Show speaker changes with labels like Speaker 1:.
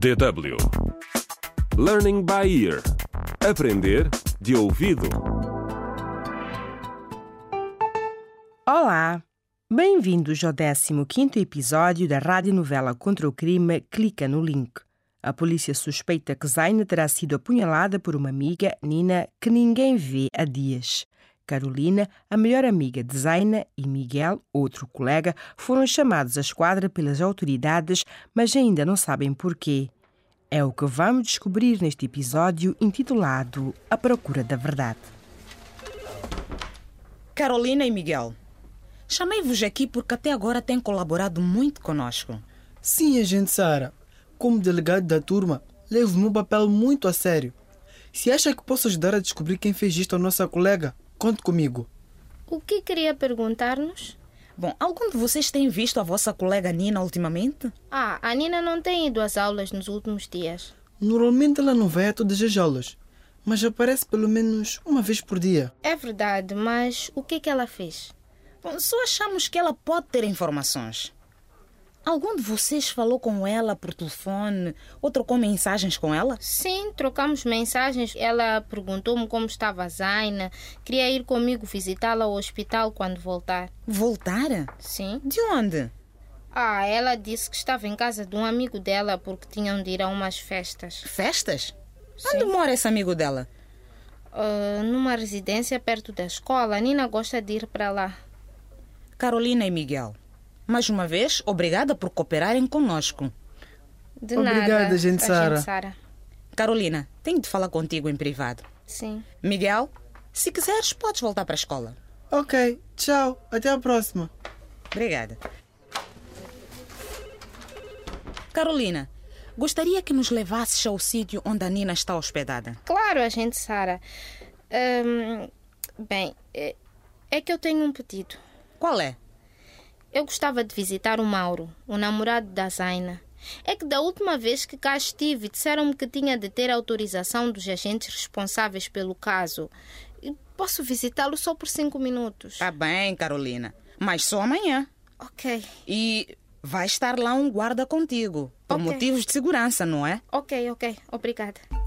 Speaker 1: DW Learning by Ear Aprender de ouvido
Speaker 2: Olá! Bem-vindos ao 15º episódio da radionovela contra o crime Clica no Link. A polícia suspeita que Zaina terá sido apunhalada por uma amiga, Nina, que ninguém vê há dias. Carolina, a melhor amiga de Zaina, e Miguel, outro colega, foram chamados à esquadra pelas autoridades, mas ainda não sabem porquê. É o que vamos descobrir neste episódio intitulado A Procura da Verdade.
Speaker 3: Carolina e Miguel, chamei-vos aqui porque até agora têm colaborado muito conosco.
Speaker 4: Sim, agente Sara. Como delegado da turma, levo o meu papel muito a sério. Se acha que posso ajudar a descobrir quem fez isto à nossa colega, conte comigo.
Speaker 5: O que queria perguntar-nos?
Speaker 3: Bom, algum de vocês tem visto a vossa colega Nina ultimamente?
Speaker 5: Ah, a Nina não tem ido às aulas nos últimos dias.
Speaker 4: Normalmente ela não vai a todas as aulas, mas aparece pelo menos uma vez por dia.
Speaker 5: É verdade, mas o que que ela fez?
Speaker 3: Bom, só achamos que ela pode ter informações. Algum de vocês falou com ela por telefone ou trocou mensagens com ela?
Speaker 5: Sim, trocamos mensagens. Ela perguntou-me como estava a Zaina, queria ir comigo visitá-la ao hospital quando voltar.
Speaker 3: Voltara?
Speaker 5: Sim?
Speaker 3: De onde?
Speaker 5: Ah, ela disse que estava em casa de um amigo dela porque tinham de ir a umas festas.
Speaker 3: Festas? Onde mora esse amigo dela?
Speaker 5: Ah, numa residência perto da escola, a Nina gosta de ir para lá.
Speaker 3: Carolina e Miguel, mais uma vez, obrigada por cooperarem conosco.
Speaker 5: De
Speaker 4: Obrigado,
Speaker 5: nada.
Speaker 4: agente Sara.
Speaker 5: Agente Sara.
Speaker 3: Carolina, tenho de falar contigo em privado.
Speaker 5: Sim.
Speaker 3: Miguel, se quiseres, podes voltar para a escola.
Speaker 4: Ok, tchau, até a próxima.
Speaker 3: Obrigada. Carolina, gostaria que nos levasses ao sítio onde a Nina está hospedada.
Speaker 5: Claro, agente Sara. Hum, bem, é- é que eu tenho um pedido.
Speaker 3: Qual é?
Speaker 5: Eu gostava de visitar o Mauro, o namorado da Zaina. É que da última vez que cá estive, disseram-me que tinha de ter autorização dos agentes responsáveis pelo caso. E Posso visitá-lo só por cinco minutos.
Speaker 3: Tá bem, Carolina, mas só amanhã.
Speaker 5: Ok,
Speaker 3: E vai estar lá um guarda contigo, por
Speaker 5: Ok.
Speaker 3: motivos de segurança, não é?
Speaker 5: ok, ok. Obrigada.